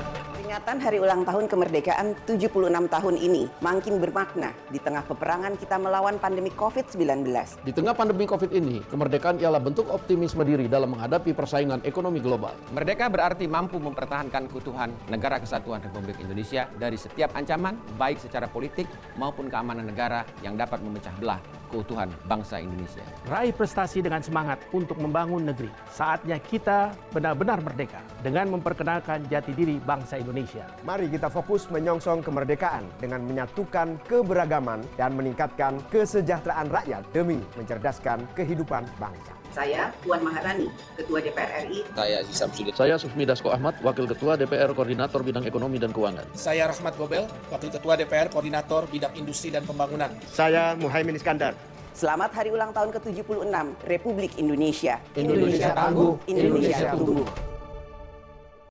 Peringatan hari ulang tahun kemerdekaan 76 tahun ini makin bermakna di tengah peperangan kita melawan pandemi COVID-19. Di tengah pandemi COVID ini, kemerdekaan ialah bentuk optimisme diri dalam menghadapi persaingan ekonomi global. Merdeka berarti mampu mempertahankan keutuhan negara kesatuan Republik Indonesia dari setiap ancaman, baik secara politik maupun keamanan negara yang dapat memecah belah keutuhan bangsa Indonesia. Raih prestasi dengan semangat untuk membangun negeri. Saatnya kita benar-benar merdeka dengan memperkenalkan jati diri bangsa Indonesia. Mari kita fokus menyongsong kemerdekaan dengan menyatukan keberagaman dan meningkatkan kesejahteraan rakyat demi mencerdaskan kehidupan bangsa. Saya Puan Maharani, Ketua DPR RI. Saya Aziz Samsudin. Saya Sufmi Dasko Ahmad, Wakil Ketua DPR Koordinator Bidang Ekonomi dan Keuangan. Saya Rahmat Gobel, Wakil Ketua DPR Koordinator Bidang Industri dan Pembangunan. Saya Muhaimin Iskandar. Selamat hari ulang tahun ke-76 Republik Indonesia. Indonesia tangguh, Indonesia tumbuh.